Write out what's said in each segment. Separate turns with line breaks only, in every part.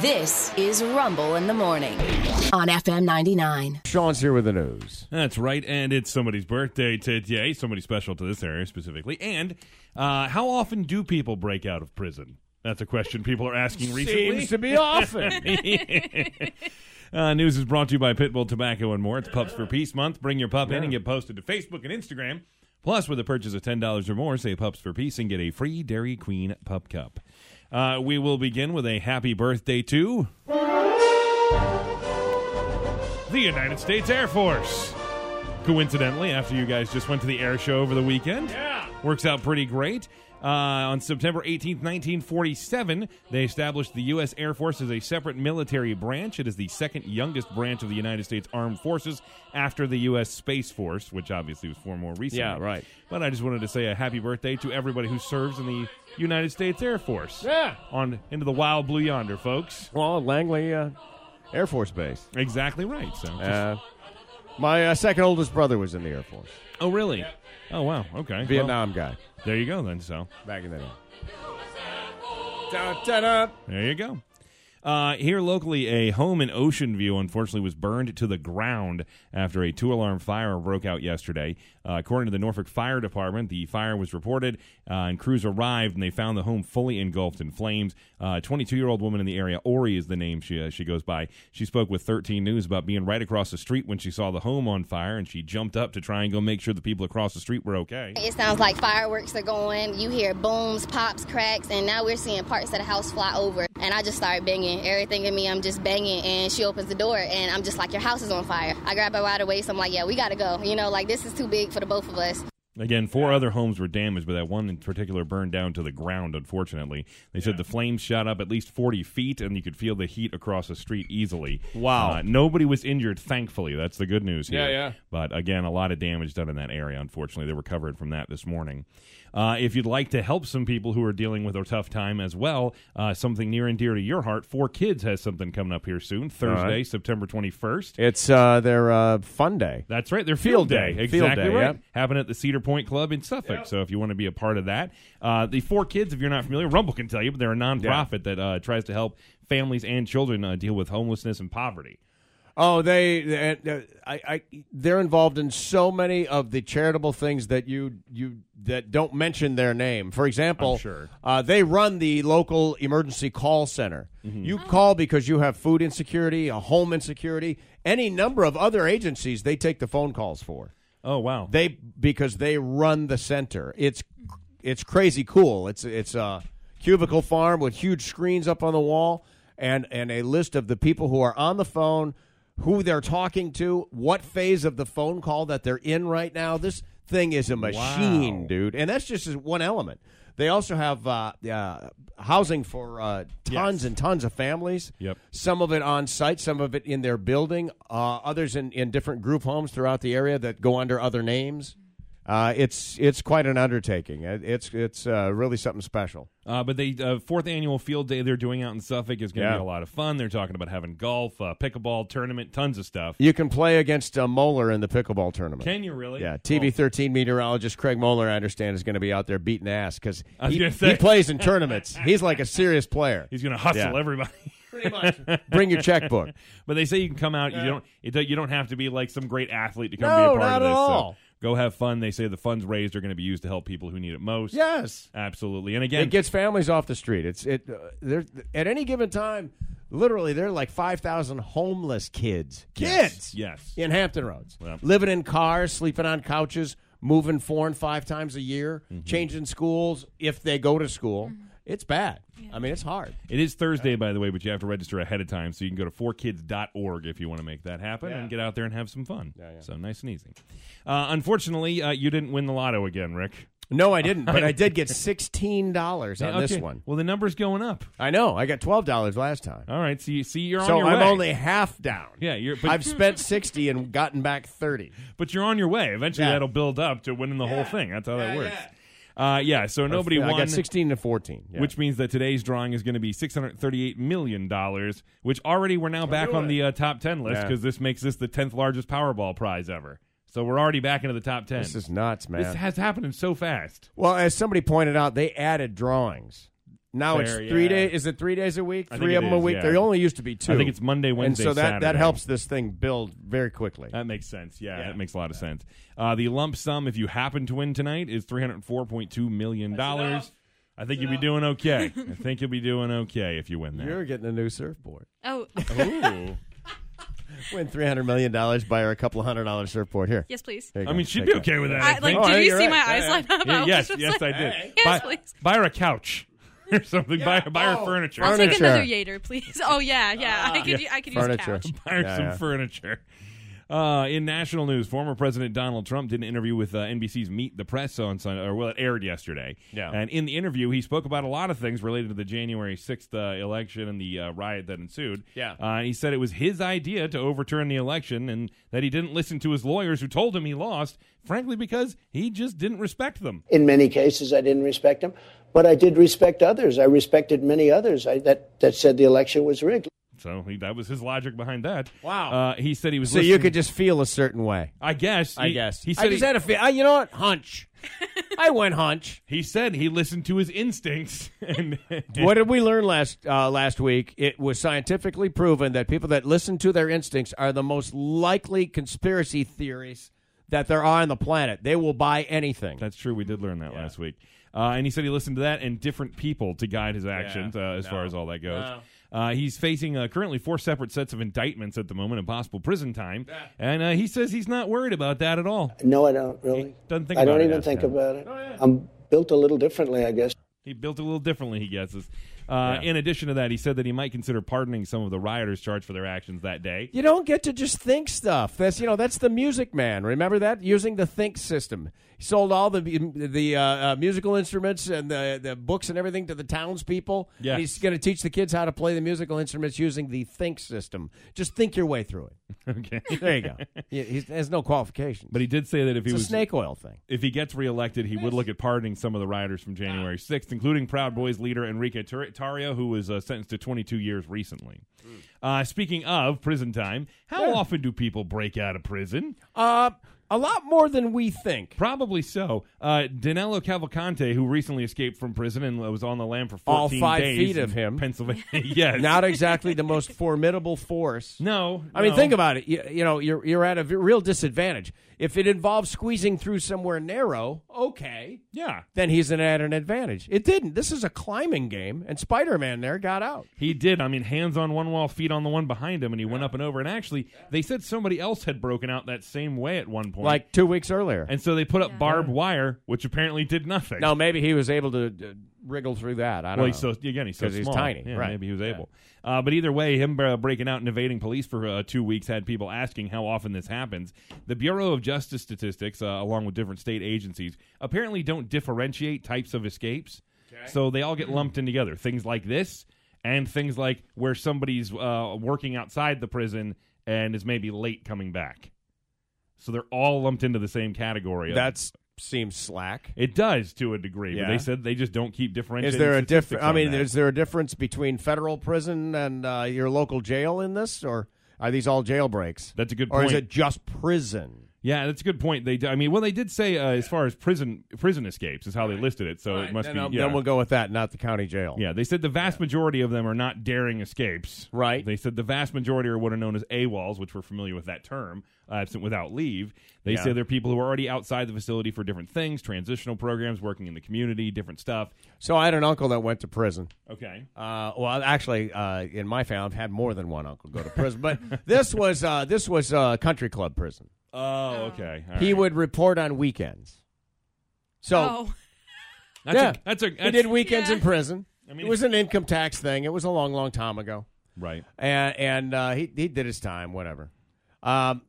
This is Rumble in the Morning on FM 99.
Sean's here with the news.
That's right, and it's somebody's birthday today, somebody special to this area specifically. And uh, how often do people break out of prison? That's a question people are asking recently.
Seems to be often.
Uh, news is brought to you by Pitbull Tobacco and more. It's Pups for Peace Month. Bring your pup in and get posted to Facebook and Instagram. Plus, with a purchase of $10 or more, say Pups for Peace and get a free Dairy Queen Pup Cup. Uh, we will begin with a happy birthday to the United States Air Force. Coincidentally, after you guys just went to the air show over the weekend, yeah. works out pretty great. Uh, on September 18th, 1947, they established the U.S. Air Force as a separate military branch. It is the second youngest branch of the United States Armed Forces after the U.S. Space Force, which obviously was formed more recently.
Yeah, right.
But I just wanted to say a happy birthday to everybody who serves in the United States Air Force.
Yeah.
On into the wild blue yonder, folks.
well, Langley uh, Air Force Base.
Exactly right. So. just-
Uh, my uh, second oldest brother was in the Air Force.
oh, really? Oh, wow. Okay. Well,
Vietnam guy.
there you go then. So.
Back in the day. Da-da-da.
There you go. Uh, here locally, a home in Ocean View unfortunately was burned to the ground after a two alarm fire broke out yesterday. Uh, according to the Norfolk Fire Department, the fire was reported uh, and crews arrived and they found the home fully engulfed in flames. Uh, A 22 year old woman in the area, Ori is the name she, uh, she goes by, she spoke with 13 News about being right across the street when she saw the home on fire and she jumped up to try and go make sure the people across the street were okay.
It sounds like fireworks are going. You hear booms, pops, cracks, and now we're seeing parts of the house fly over. And I just started banging. Everything in me, I'm just banging. And she opens the door, and I'm just like, Your house is on fire. I grab her right away, so I'm like, Yeah, we gotta go. You know, like this is too big for the both of us.
Again, four other homes were damaged, but that one in particular burned down to the ground, unfortunately. They said the flames shot up at least 40 feet, and you could feel the heat across the street easily.
Wow.
Uh, nobody was injured, thankfully. That's the good news here.
Yeah, yeah.
But again, a lot of damage done in that area, unfortunately. They recovered from that this morning. Uh, if you'd like to help some people who are dealing with a tough time as well, uh, something near and dear to your heart, Four Kids has something coming up here soon, Thursday, September 21st.
It's uh, their uh, fun day.
That's right. Their
Field
field, day.
day.
Exactly
Field day,
right.
yep.
Happened at the Cedar Point Club in Suffolk. So if you want to be a part of that, uh, the four kids, if you're not familiar, Rumble can tell you, but they're a nonprofit that uh, tries to help families and children uh, deal with homelessness and poverty.
Oh, they, and, uh, I, I, they're involved in so many of the charitable things that you, you that don't mention their name. For example,
I'm sure.
uh, they run the local emergency call center.
Mm-hmm.
You call because you have food insecurity, a home insecurity, any number of other agencies. They take the phone calls for
Oh wow.
they because they run the center. It's it's crazy cool. It's it's a cubicle farm with huge screens up on the wall and and a list of the people who are on the phone, who they're talking to, what phase of the phone call that they're in right now. This thing is a machine,
Wow.
dude, and that's just one element. They also have uh, uh, housing for uh, tons and tons of families.
Yep.
Some of it on site, some of it in their building, uh, others in, in different group homes throughout the area that go under other names. Uh, it's it's quite an undertaking. It- It's it's uh, really something special.
Uh, but they uh, fourth annual field day they're doing out in Suffolk is going to
Yeah.
be a lot of fun. They're talking about having golf, uh, pickleball tournament, tons of stuff.
You can play against uh, Moeller in the pickleball tournament.
Can you really? Oh.
yeah, TV 13 meteorologist Craig Moeller, I understand, is going to be out there beating ass because
was
he,
gonna say.
he plays in tournaments. He's like a serious player.
He's going to hustle
Yeah.
everybody.
Pretty much. Bring your checkbook.
But they say you can come out. You don't. It, don't- you don't have to be like some great athlete to come
No,
be a part
not
of this.
at
so
all.
go have fun. They say the funds raised are going to be used to help people who need it most.
Yes.
absolutely. And again,
It gets families off the street. It's it. Uh, there at any given time, literally, there are like five thousand homeless kids,
yes,
kids,
Yes.
in Hampton Roads,
Yeah.
living in cars, sleeping on couches, moving four and five times a year,
Mm-hmm.
changing schools if they go to school. It's bad. I mean, it's hard.
It is Thursday, by the way, but you have to register ahead of time. So you can go to 4kids.org if you want to make that happen and get out there and have some fun. So nice and easy. Uh, unfortunately, uh, you didn't win the lotto again, Rick.
No, I didn't, but I did get sixteen dollars on this
Okay.
one.
Well, the number's going up.
I know. I got twelve dollars last time,
All right. So you see, you're
so
on your
I'm
way.
only half down.
yeah, you're, but,
I've spent sixty and gotten back thirty.
but you're on your way. Eventually,
Yeah.
that'll build up to winning the whole thing. That's how that
Yeah,
works. Uh, yeah, so nobody
I
won.
got sixteen to fourteen, yeah.
which means that today's drawing is going to be six hundred thirty-eight million dollars, which already we're now back on the uh, top ten list
Yeah.
because this makes this the tenth largest Powerball prize ever. So we're already back into the top ten.
This is nuts, man.
This has happened so fast.
well, as somebody pointed out, they added drawings. Now it's
Fair,
three
yeah.
days. Is it three days a week?
I think
Three
it
of them a
is,
week.
yeah.
There only used to be two.
I think it's Monday, Wednesday,
and so that that
Saturday. Uh,
helps this thing build very quickly.
That makes sense. Yeah,
Yeah.
that makes a lot of sense. Uh, the lump sum, if you happen to win tonight, is three hundred four point two million dollars. I think you'll be doing okay. I think you'll be doing okay if you win that.
You're getting a new surfboard.
Oh,
Ooh.
Win three hundred million dollars. Buy her a couple hundred dollar surfboard here.
yes, please.
There you
I
go.
mean, she'd
Take
be
that.
okay with that. I
I, like,
think.
Oh, I
did
think
you
you're
see
right.
my
Yeah,
eyes
yeah.
light up?
Yeah,
was
yes,
just
yes,
like-
I did.
Yes,
buy,
please.
buy her a couch or something. Buy, her- buy her
Oh,
furniture.
I'll take
Furniture. Ah,
another yater, please. Oh yeah, yeah. I could, I could use a
Furniture.
couch.
buy her
Yeah,
some
yeah.
furniture. Uh, in national news, former President Donald Trump did an interview with uh, NBC's Meet the Press on Sunday, or well, it aired yesterday.
Yeah.
And in the interview, he spoke about a lot of things related to the January 6th uh, election and the uh, riot that ensued.
Yeah.
Uh, he said it was his idea to overturn the election and that he didn't listen to his lawyers who told him he lost, frankly, because he just didn't respect them.
in many cases i didn't respect them but i did respect others i respected many others I, that, that said the election was rigged
So he, that was his logic behind that.
Wow.
Uh, he said he was
So you
listening-
could just feel a certain way.
I guess.
I
He-
guess.
He said
I just
he,
had a feel. I, you know what? Hunch. I went hunch.
he said he listened to his instincts. And,
What did we learn last uh, last week? It was scientifically proven that people that listen to their instincts are the most likely conspiracy theories that there are on the planet. They will buy anything.
That's true. We did learn that last week. Uh, and he said he listened to that and different people to guide his actions uh, as far as all that goes. Uh, he's facing uh, currently four separate sets of indictments at the moment and possible prison time. And uh, he says he's not worried about that at all.
no i don't really
doesn't think
i
about
don't
it
even
as
think
him.
about it i'm built a little differently i guess
He built it a little differently, he guesses. Uh, In addition to that, he said that he might consider pardoning some of the rioters charged for their actions that day.
You don't get to just think stuff. That's you know that's the Music Man. Remember that using the think system. He sold all the the uh, uh, musical instruments and the the books and everything to the townspeople.
Yes.
And he's going to teach the kids how to play the musical instruments using the think system. Just think your way through it.
Okay.
There you go. he, he has no qualifications.
But he did say that if he
it's a
was
snake oil thing.
if he gets reelected, he would look at pardoning some of the rioters from January 6th, including Proud Boys leader Enrique Tur- Tarrio, who was uh, sentenced to 22 years recently.
Mm.
Uh, speaking of prison time, how often do people break out of prison?
Uh, a lot more than we think.
Probably so. Uh, Danilo Cavalcante, who recently escaped from prison and was on the lam for 14
All five
days
feet
in
of him.
Pennsylvania. yes.
Not exactly the most formidable force.
no.
I mean,
no.
think about it. You, you know, you're you're at a v- real disadvantage. If it involves squeezing through somewhere narrow, okay,
Yeah.
then he's an, at an advantage. It didn't. This is a climbing game, and Spider-Man there got out.
He did. I mean, hands on one wall, feet on the one behind him, and he went up and over. And actually, they said somebody else had broken out that same way at one point.
Like two weeks earlier.
And so they put up barbed wire, which apparently did nothing.
now maybe he was able to uh, wriggle through that. I don't
Well,
know.
he's so again, he's so
'Cause he's
small.
tiny,
Yeah,
right.
Maybe he was able. Uh, but either way, him uh, breaking out and evading police for uh, two weeks had people asking how often this happens. The Bureau of Justice statistics, uh, along with different state agencies, apparently don't differentiate types of escapes, so they all get lumped in together. Things like this and things like where somebody's uh, working outside the prison and is maybe late coming back. So they're all lumped into the same category. of-
That's seems slack.
it does to a degree, but
Yeah.
they said they just don't keep differentiating.
Is there a
difference?
difference? I mean, is there a difference between federal prison and uh, your local jail in this, or are these all jailbreaks?
That's a good
Or is
point.
it just prison?
yeah, that's a good point. They, d- I mean, well, they did say uh, as far as prison prison escapes is how they listed it, so it must
then,
be.
I'll-
yeah.
then we'll go with that, not the county jail.
yeah, they said the vast majority of them are not daring escapes.
Right.
They said the vast majority are what are known as AWOLs, which we're familiar with that term, uh, absent without leave. They
Yeah.
say they're people who are already outside the facility for different things, transitional programs, working in the community, different stuff.
So I had an uncle that went to prison.
Okay.
Uh, well, actually, uh, in my family, I've had more than one uncle go to prison, but this was uh, this was uh, country club prison.
Oh, okay. All
He
right.
would report on weekends. So
Oh,
That's
yeah,
a, that's a
he
that's,
did weekends in
Yeah.
prison.
mean,
it was an income tax thing. It was a long, long time ago.
right.
and and uh, he he did his time, whatever. Um,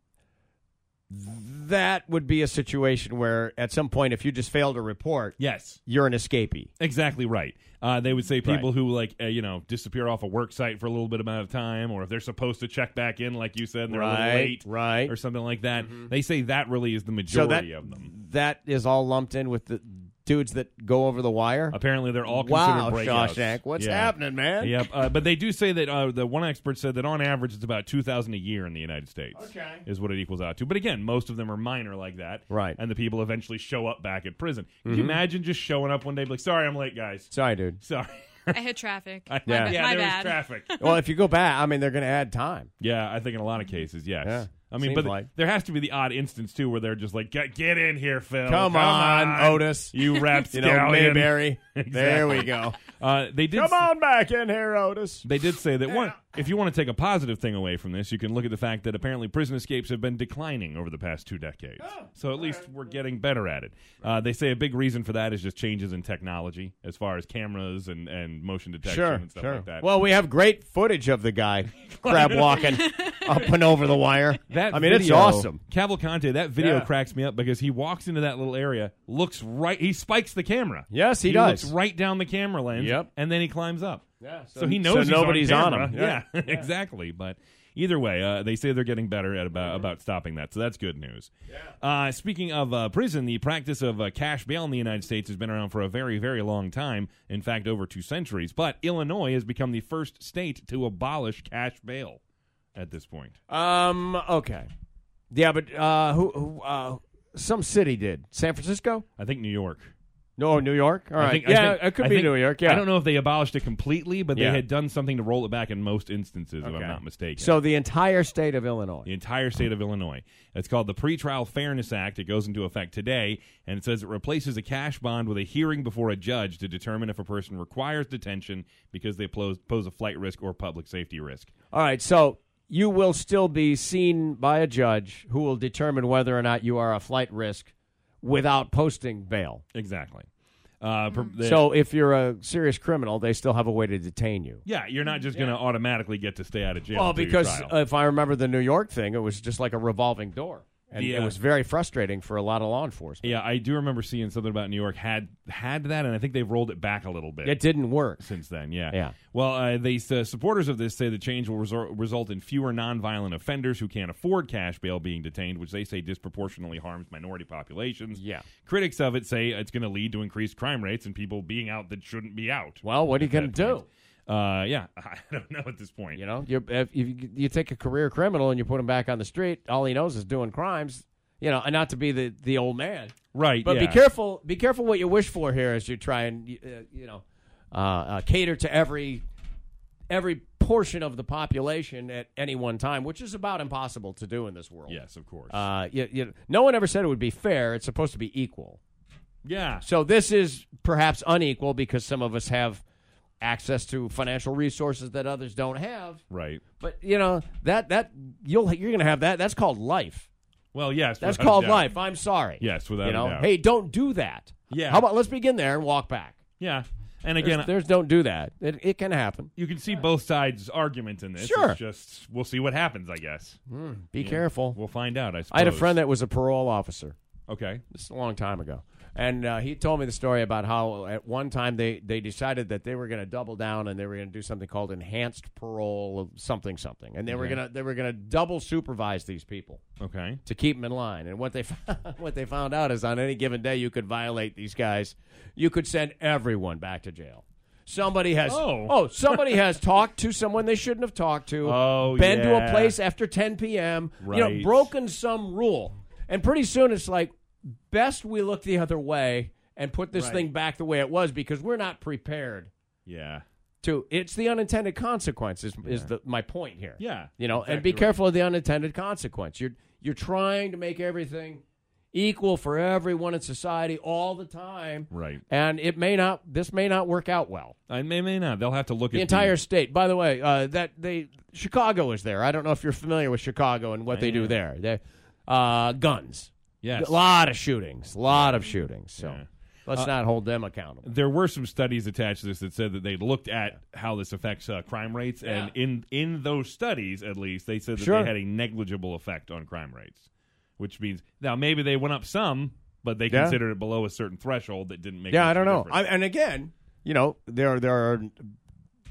that would be a situation where, at some point, if you just fail to report,
Yes.
you're an escapee.
Exactly right. Uh, they would say people
Right.
who like uh, you know disappear off a work site for a little bit amount of time, or if they're supposed to check back in, like you said, and they're a little
Right,
late,
right. Mm-hmm.
or something like that. They say that really is the
So that
majority of them.
that is all lumped in with the dudes that go over the wire.
Apparently, they're all considered
Wow,
breakouts.
Shawshank, what's
Yeah.
happening, man?
Yep, uh, but they do say that uh, the one expert said that on average it's about two thousand a year in the United States.
Okay.
is what it equals out to. But again, most of them are minor like that,
Right. Mm-hmm.
And the people eventually show up back at prison. Could you imagine just showing up one day, and be like, "Sorry, I'm late, guys.
Sorry, dude.
Sorry,
I hit traffic. My
Yeah.
ba-
Yeah,
my
there was
bad.
traffic.
well, if you go back, I mean, they're going to add time.
Yeah, I think in a lot of cases, yes.
Yeah,
I mean,
seems
but
like.
there has to be the odd instance too where they're just like, "Get, get in here, Phil.
Come on, Otis.
Oh, You
You
rapscallion.
know, Mayberry. There
Exactly.
we go.
Uh, they did.
Come on back in here, Otis.
They did say that one. If you want to take a positive thing away from this, you can look at the fact that apparently prison escapes have been declining over the past two decades.
Oh,
so at least we're getting better at it. Uh, they say a big reason for that is just changes in technology, as far as cameras and, and motion detection
Sure,
and stuff
sure.
like that.
Well, we have great footage of the guy crab walking up and over the wire.
That
I mean, it's
video-
awesome.
Cavalcante, that video
Yeah.
cracks me up because he walks into that little area, looks right, he spikes the camera.
Yes, he
looks
does.
right down the camera lens.
Yep.
and then he climbs up.
Yeah,
so,
so-
he knows
so
he's
nobody's on
on, camera.
him.
Yeah,
Yeah.
exactly. But either way, uh, they say they're getting better at about about stopping that, so that's good news. Uh, speaking of uh, prison, the practice of uh, cash bail in the United States has been around for a very, very long time. In fact, over two centuries. But Illinois has become the first state to abolish cash bail at this point.
Um. Okay. Yeah, but uh, who? who uh, some city did. San Francisco?
I think New York.
No, New York. All right.
I think, I
yeah,
think-
it could
I
be
think-
New York. Yeah.
I don't know if they abolished it completely, but
Yeah.
they had done something to roll it back in most instances, if
Okay.
I'm not mistaken.
So the entire state of Illinois.
the entire state of Illinois. It's called the Pretrial Fairness Act. It goes into effect today, and it says it replaces a cash bond with a hearing before a judge to determine if a person requires detention because they pose, pose a flight risk or public safety risk.
All right. So you will still be seen by a judge who will determine whether or not you are a flight risk without posting bail.
Exactly. Uh, per-
Hmm.
the-
so if you're a serious criminal, they still have a way to detain you.
yeah, you're not just going to automatically get to stay out of jail.
Well,
through your
because
trial.
uh, if I remember the New York thing, it was just like a revolving door. And
Yeah.
it was very frustrating for a lot of law enforcement.
yeah, I do remember seeing something about New York had had that, and I think they've rolled it back a little bit.
It didn't work.
since then. Yeah.
Yeah.
Well, uh, they uh, supporters of this say the change will resor- result in fewer nonviolent offenders who can't afford cash bail being detained, which they say disproportionately harms minority populations.
Yeah.
Critics of it say it's going to lead to increased crime rates and people being out that shouldn't be out.
Well, what are you going to do?
Uh, yeah, I don't know at this point.
You know, you if you, you take a career criminal and you put him back on the street, all he knows is doing crimes. You know, and not to be the, the old man,
Right.
but be
yeah.
careful. Be careful what you wish for here as you try and uh, you know uh, uh, cater to every every portion of the population at any one time, which is about impossible to do in this world.
Yes, of course.
Uh, you, you, no one ever said it would be fair. It's supposed to be equal.
yeah.
So this is perhaps unequal because some of us have access to financial resources that others don't have.
Right.
But you know that that you'll you're gonna have that. That's called life.
Well, yes.
That's
without a
called
doubt.
life. I'm sorry.
Yes, without
you
a
know.
doubt.
Hey, don't do that.
Yeah.
How about let's begin there and walk back.
Yeah. And
There's,
again,
there's don't do that. It, it can happen.
you can see both sides' argument in this.
Sure.
It's just we'll see what happens. I guess
Be careful.
we'll find out. I suppose.
I had a friend that was a parole officer.
Okay.
This is a long time ago, and uh, he told me the story about how at one time they they decided that they were going to double down and they were going to do something called enhanced parole of something something, and they were gonna they were going to double supervise these people.
Okay.
to keep them in line. And what they what they found out is on any given day you could violate these guys. You could send everyone back to jail. Somebody has
Oh.
somebody has talked to someone they shouldn't have talked to.
Oh,
been to
yeah.
a place after 10 p.m. You
Right.
know, broken some rule. And pretty soon it's like best we look the other way and put this thing back the way it was because we're not prepared
Yeah.
to it's the unintended consequences is the my point here.
Yeah,
You know, and
exactly
be
right.
careful of the unintended consequence. You're you're trying to make everything equal for everyone in society all the time.
Right.
And it may not this may not work out well.
I may may not. They'll have to look
The
at
entire state. By the way, uh, that they Chicago is there. I don't know if you're familiar with Chicago and what they do there. They uh, guns.
Yes.
A lot of shootings. A lot of shootings. So
Yeah. Uh,
let's not hold them accountable.
There were some studies attached to this that said that they looked at how this affects uh, crime rates, and in in those studies, at least, they said that
Sure.
they had a negligible effect on crime rates, which means now maybe they went up some, but they
Yeah.
considered it below a certain threshold that didn't make.
Yeah,
much
I don't
of a
know. I,
difference.
and again, you know, there there are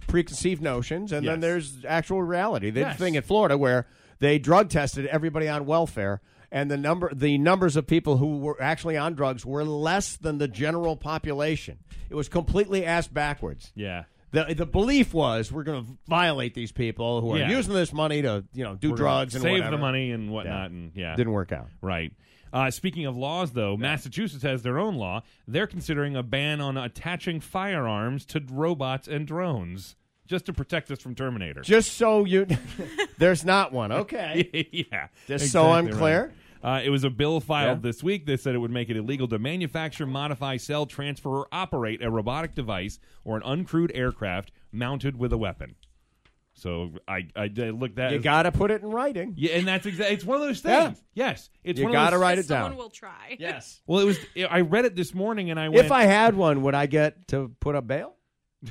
preconceived notions, and
Yes.
then there's actual reality. They did
Yes.
a thing in Florida where they drug tested everybody on welfare, and the number the numbers of people who were actually on drugs were less than the general population. It was completely ass backwards.
yeah.
The, the belief was we're going to violate these people who are
Yeah.
using this money to you know do drugs and
save
whatever.
the money and whatnot, and yeah,
Didn't work out.
Right. Uh, speaking of laws, though, Massachusetts has their own law. They're considering a ban on attaching firearms to robots and drones just to protect us from Terminator.
Just so you, there's not one. Okay.
yeah.
Just so I'm
right.
clear.
Uh, it was a bill filed
Yeah.
this week that said it would make it illegal to manufacture, modify, sell, transfer, or operate a robotic device or an uncrewed aircraft mounted with a weapon. So I, I, I looked that.
You gotta put it in writing.
yeah, and that's exactly. It's one of those
Yeah.
things. Yes, it's
You
one
gotta
of those,
write it
Someone
down.
will try.
Yes.
Well, it was. I read it this morning, and I went.
If I had one, would I get to put up bail?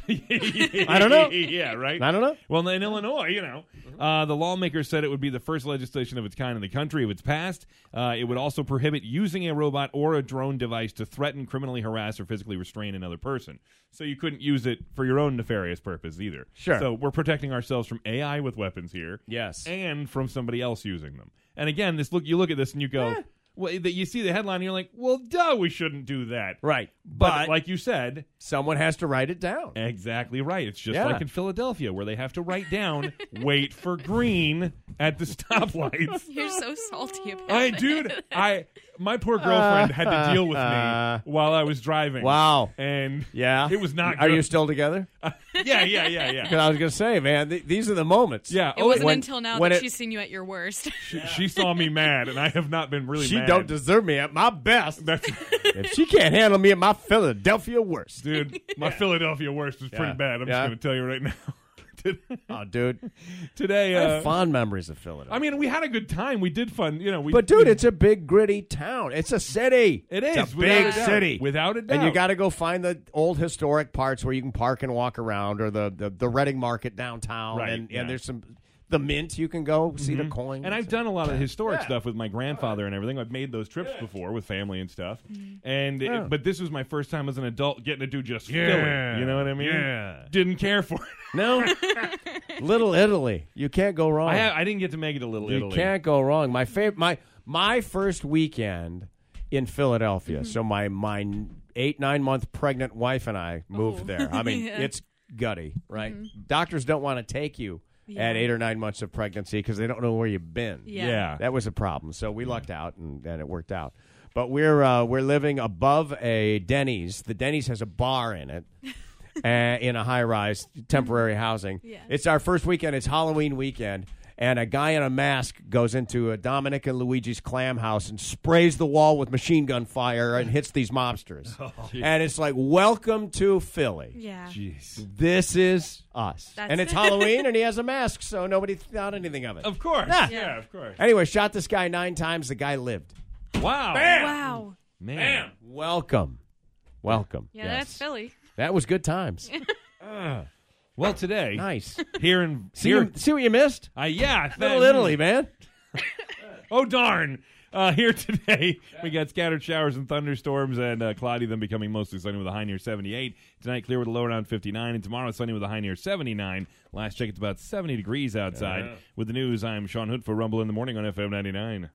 I
I don't know.
yeah, right.
I don't know.
Well, in Illinois, you know, uh, the lawmaker said it would be the first legislation of its kind in the country if it's passed. Uh, it would also prohibit using a robot or a drone device to threaten, criminally harass, or physically restrain another person. So you couldn't use it for your own nefarious purpose either.
Sure.
So we're protecting ourselves from AI with weapons here.
Yes.
And from somebody else using them. And again, this look you look at this and you
Eh.
go. Well, that you see the headline, and you're like, "Well, duh, we shouldn't do that."
Right.
But,
But-
like you said,
Someone has to write it down.
Exactly right. It's just
Yeah.
like in Philadelphia where they have to write down wait for green at the stoplights.
You're so salty about
I
it.
dude, I my poor girlfriend had to deal with
Uh,
me while I was driving.
Wow.
And
Yeah.
It was not
Are
good.
you still together?
yeah, yeah, yeah, yeah.
Because I was gonna say, man, th- these are the moments.
Yeah.
It
oh,
wasn't
when-
until now
when
that
it-
she's seen you at your worst.
she, she saw me mad and I have not been really
She
mad.
don't deserve me at my best.
That's
if she can't handle me at my Philadelphia worst.
dude, my Philadelphia worst is pretty
Yeah.
bad. I'm
Yeah.
just going to tell you right now.
Oh, dude.
Today
I
uh,
have fond memories of Philadelphia.
I mean, we had a good time. We did fun, you know, we
but dude, it's a big gritty town. It's a city.
It
It's
is,
a
without
big
a doubt.
city,
Without a
And you
doubt.
got to go find the old historic parts where you can park and walk around, or the the, the Reading Market downtown,
Right,
and,
yeah. Mm-hmm.
and there's some the mint you can go see the coin.
And I've done a lot of historic stuff with my grandfather and everything. I've made those trips before with family and stuff. And it- but this was my first time as an adult getting to do just Philly. You know what I mean?
yeah.
Didn't care for it.
no Little Italy. You can't go wrong.
I, ha- I didn't get to make it a little
you
Italy.
can't go wrong. My favorite my my first weekend in Philadelphia. So my my n- eight nine month pregnant wife and I moved there. I mean, it's gutty, right? Doctors don't want to take you at eight or nine months of pregnancy because they don't know where you've been.
Yeah.
Yeah.
That was a problem. So we lucked out and, and it worked out. But we're uh, we're living above a Denny's. The Denny's has a bar in it. uh, in a high rise temporary housing.
Mm-hmm. Yeah.
It's our first weekend, it's Halloween weekend, and a guy in a mask goes into a Dominic and Luigi's clam house and sprays the wall with machine gun fire and hits these mobsters. and it's like, welcome to Philly.
yeah.
Jeez.
This is us.
That's-
and it's Halloween and he has a mask, so nobody thought anything of it.
Of course. Yeah,
Yeah.
of course.
Anyway, shot this guy nine times. The guy lived.
Wow.
Wow.
Man.
Welcome. Welcome.
Yeah, that's Philly.
That was good times.
Well, today
nice.
here in
See,
here,
you- see what you missed?
uh, yeah, th-
Little Italy, man.
Oh darn! Uh, here today, we got scattered showers and thunderstorms, and uh, cloudy. Then becoming mostly sunny with a high near 78. Tonight, clear with a low around 59, and tomorrow sunny with a high near 79. Last check, it's about 70 degrees outside. With the news, I'm Sean Hood for Rumble in the morning on FM 99.